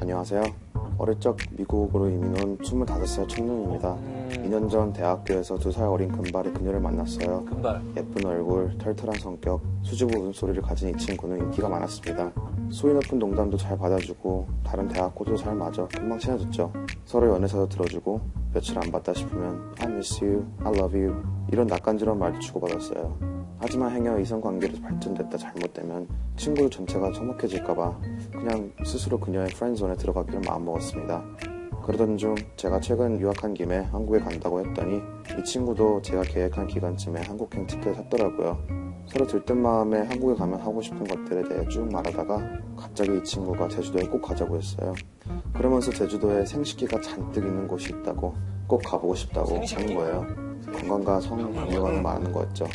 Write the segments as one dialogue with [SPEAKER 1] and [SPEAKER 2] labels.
[SPEAKER 1] 안녕하세요. 어릴 적 미국으로 이민 온 25살 청년입니다. 2년 전 대학교에서 두 살 어린 금발의 그녀를 만났어요.
[SPEAKER 2] 금발.
[SPEAKER 1] 예쁜 얼굴, 털털한 성격, 수줍은 웃음소리를 가진 이 친구는 인기가 많았습니다. 소위 높은 농담도 잘 받아주고 다른 대학 코도 잘 맞아 금방 친해졌죠. 서로 연애사도 들어주고 며칠 안 봤다 싶으면 I miss you, I love you 이런 낯간지러운 말도 주고받았어요. 하지만 행여 이성관계로 발전됐다 잘못되면 친구 전체가 처먹해질까봐 그냥 스스로 그녀의 프렌즈존에 들어가기로 마음먹었습니다. 그러던 중 제가 최근 유학한 김에 한국에 간다고 했더니 이 친구도 제가 계획한 기간쯤에 한국행 티켓을 샀더라고요. 서로 들뜬 마음에 한국에 가면 하고 싶은 것들에 대해 쭉 말하다가 갑자기 이 친구가 제주도에 꼭 가자고 했어요. 그러면서 제주도에 생식기가 잔뜩 있는 곳이 있다고 꼭 가보고 싶다고 하는 거예요. 건강과 성관계관을 말하는 거였죠.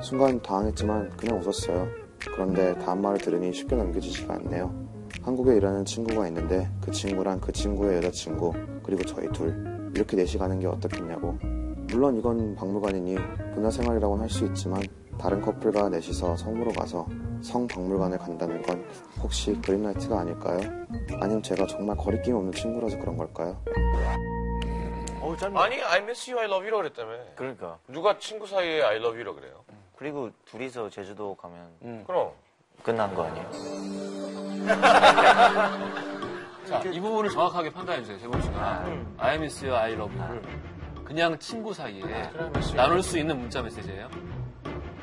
[SPEAKER 1] 순간 당황했지만 그냥 웃었어요. 그런데 다음 말을 들으니 쉽게 넘겨지지가 않네요. 한국에 일하는 친구가 있는데 그 친구랑 그 친구의 여자친구 그리고 저희 둘 이렇게 넷이 가는 게 어떻겠냐고 물론 이건 박물관이니 문화 생활이라고는 할 수 있지만 다른 커플과 넷이서 성으로 가서 성 박물관을 간다는 건 혹시 그린라이트가 아닐까요? 아니면 제가 정말 거리낌 없는 친구라서 그런 걸까요?
[SPEAKER 3] 어우 짧네.
[SPEAKER 4] 아니, I miss you, I love you라고 그랬다며.
[SPEAKER 3] 그러니까.
[SPEAKER 4] 누가 친구 사이에 I love you라고 그래요?
[SPEAKER 5] 그리고 둘이서 제주도 가면
[SPEAKER 6] 음.
[SPEAKER 4] 그럼.
[SPEAKER 5] 끝난 거 아니에요?
[SPEAKER 2] 자, 이 부분을 정확하게 판단해주세요, 재범 씨가. I miss you, I love you를. 아, 그냥 음. 친구 사이에 나눌 수 있는 문자 메시지예요?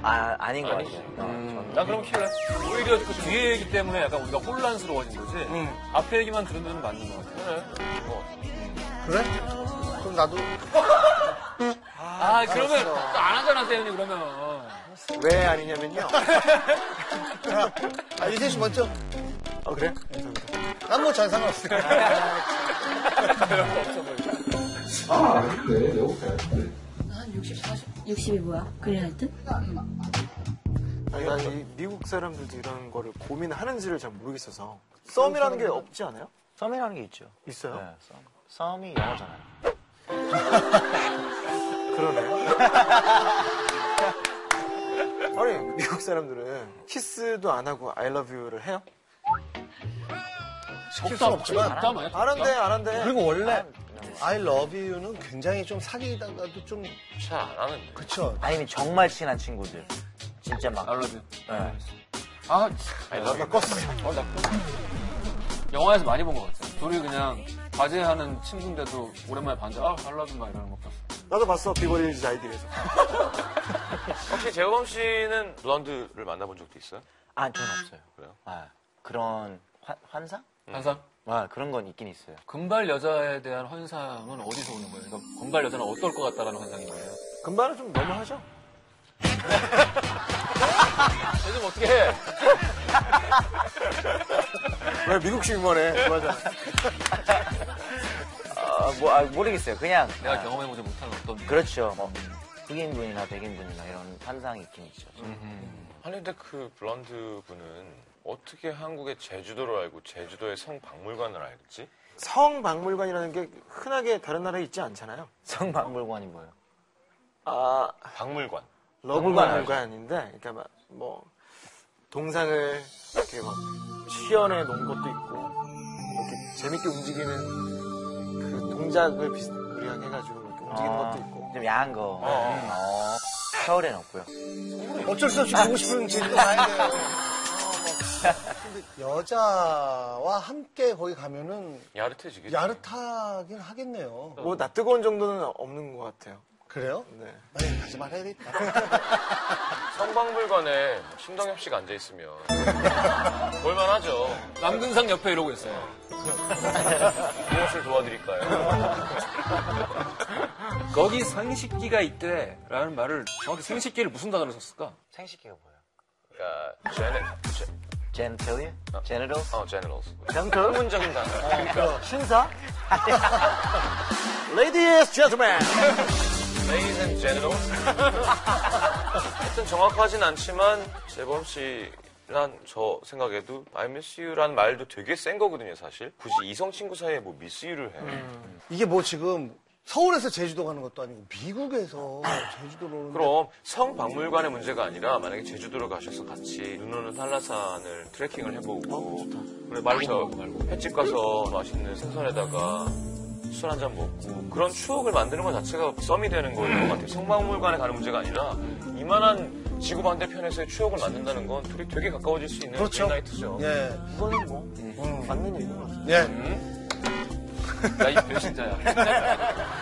[SPEAKER 5] 아 아닌 거
[SPEAKER 4] 아니지.
[SPEAKER 5] 같아요. 어, 저는
[SPEAKER 2] 나 그럼 킬래. 오히려 그 뒤에 얘기 때문에 약간 우리가 혼란스러워진 거지. 앞에 얘기만 들으면 맞는 것 같아.
[SPEAKER 4] 그래. 뭐.
[SPEAKER 3] 그래? 그럼 나도
[SPEAKER 2] 아, 그러면 또안 하잖아, 세윤이 그러면.
[SPEAKER 6] 음.
[SPEAKER 3] 왜 아니냐면요. 아, 유세 씨 먼저. 어 그래? 감사합니다. 난뭐 전 상관없어요.
[SPEAKER 7] 한 60, 40? 60이 뭐야? 그래 하여튼?
[SPEAKER 6] 아니, 난이 미국 사람들도 이런 거를 고민하는지를 잘 모르겠어서 썸이라는 게 없지 않아요?
[SPEAKER 5] 썸이라는 게 있죠.
[SPEAKER 6] 있어요?
[SPEAKER 5] 네, 썸. 썸이 영어잖아요.
[SPEAKER 6] 그러네요.
[SPEAKER 3] 네.
[SPEAKER 6] 아니 미국 사람들은 키스도 안 하고 I love you를 해요?
[SPEAKER 3] 시킬 순 없지만.
[SPEAKER 2] 없다, 뭐야.
[SPEAKER 6] 안 한대 안 한대.
[SPEAKER 3] 그리고 원래 I love you는 굉장히 좀 사귀다가도 좀
[SPEAKER 4] 잘 안 하는데.
[SPEAKER 3] 그쵸.
[SPEAKER 5] 아니면 정말 친한 친구들. 진짜 막.
[SPEAKER 2] I love you.
[SPEAKER 5] 네.
[SPEAKER 2] 아,
[SPEAKER 4] I love you.
[SPEAKER 2] 어, 영화에서 많이 본 것 같아. 둘이 그냥 과제하는 친구인데도 오랜만에 봤는데, 아, I love you 막 이러는 것 봤어.
[SPEAKER 6] 나도 봤어 비버리힐즈 아이디에서.
[SPEAKER 4] 혹시 재범 씨는 블런드를 만나본 적도 있어요?
[SPEAKER 5] 아, 전 없어요.
[SPEAKER 4] 그래요?
[SPEAKER 5] 아, 그런 환, 환상?
[SPEAKER 2] 항상?
[SPEAKER 5] 아, 그런 건 있긴 있어요.
[SPEAKER 2] 금발 여자에 대한 환상은 어디서 오는 거예요? 그러니까 금발 여자는 어떨 것 같다라는 환상인 거예요?
[SPEAKER 6] 금발은 좀 너무하죠?
[SPEAKER 2] 요즘 어떻게 해?
[SPEAKER 6] 왜 미국식 유머네? 맞아.
[SPEAKER 5] 아, 뭐, 아, 모르겠어요. 그냥.
[SPEAKER 2] 내가
[SPEAKER 5] 아,
[SPEAKER 2] 경험해보지 못한 어떤
[SPEAKER 5] 그렇죠. 뭐, 흑인분이나 백인분이나 이런 환상이 있긴 있죠.
[SPEAKER 6] 음.
[SPEAKER 4] 아니, 근데 그 블런드 분은 어떻게 한국의 제주도를 알고 제주도의 성박물관을 알지?
[SPEAKER 6] 성박물관이라는 게 흔하게 다른 나라에 있지 않잖아요.
[SPEAKER 5] 성박물관이 뭐예요?
[SPEAKER 6] 아
[SPEAKER 4] 박물관.
[SPEAKER 6] 러브박물관인데 그러니까 막, 뭐 동상을 이렇게 막 시연해 놓은 것도 있고 이렇게 재밌게 움직이는 그 동작을 비스무리하게 해가지고 이렇게 움직이는
[SPEAKER 5] 아,
[SPEAKER 6] 것도 있고
[SPEAKER 5] 좀 야한 거. 음, 어. 서울엔 없고요.
[SPEAKER 3] 어쩔 수 없이 보고 싶은 집도 가야 돼요. 근데 여자와 함께 거기 가면은
[SPEAKER 4] 야릇해지겠지.
[SPEAKER 3] 야릇하긴 하겠네요.
[SPEAKER 6] 뭐 나 뜨거운 정도는 없는 것 같아요.
[SPEAKER 3] 그래요?
[SPEAKER 6] 네.
[SPEAKER 3] 에이, 가지 말아야겠다.
[SPEAKER 4] 성박물관에 신동엽 씨가 앉아있으면. 볼만하죠.
[SPEAKER 2] 남근상 옆에 이러고 있어요.
[SPEAKER 4] 무엇을 도와드릴까요?
[SPEAKER 2] 거기 생식기가 있대라는 말을 정확히 생식기를 무슨 단어로 썼을까?
[SPEAKER 5] 생식기가 뭐예요?
[SPEAKER 4] 그러니까, 제네, 제,
[SPEAKER 5] 젠틀리어? 제네럴?
[SPEAKER 4] 어, 제네럴스.
[SPEAKER 5] 젠틀?
[SPEAKER 4] 전문적인 단어.
[SPEAKER 5] 신사?
[SPEAKER 6] Ladies, gentlemen.
[SPEAKER 4] Ladies and gentlemen. 하여튼 정확하진 않지만 재범 씨란 저 생각에도 I miss you란 말도 되게 센 거거든요 사실. 굳이 이성 친구 사이에 뭐 miss you를 해.
[SPEAKER 3] 이게 뭐 지금 서울에서 제주도 가는 것도 아니고 미국에서 제주도로 오는데
[SPEAKER 4] 그럼 성박물관의 문제가 아니라 만약에 제주도로 가셔서 같이 눈 오는 한라산을 트레킹을 해보고 그래 어, 말고 말고 횟집 가서 맛있는 생선에다가 술 한 잔 먹고 그런 추억을 만드는 것 자체가 썸이 되는 거예요. 같아요. 성박물관에 가는 문제가 아니라 이만한 지구 반대편에서의 추억을 만든다는 건 둘이 되게 가까워질 수 있는
[SPEAKER 3] 그렇죠.
[SPEAKER 4] 나이트죠.
[SPEAKER 3] 예.
[SPEAKER 6] 그거는
[SPEAKER 3] 네.
[SPEAKER 6] 뭐 맞는 얘기는 맞아.
[SPEAKER 3] 예.
[SPEAKER 2] 나이 배신자야.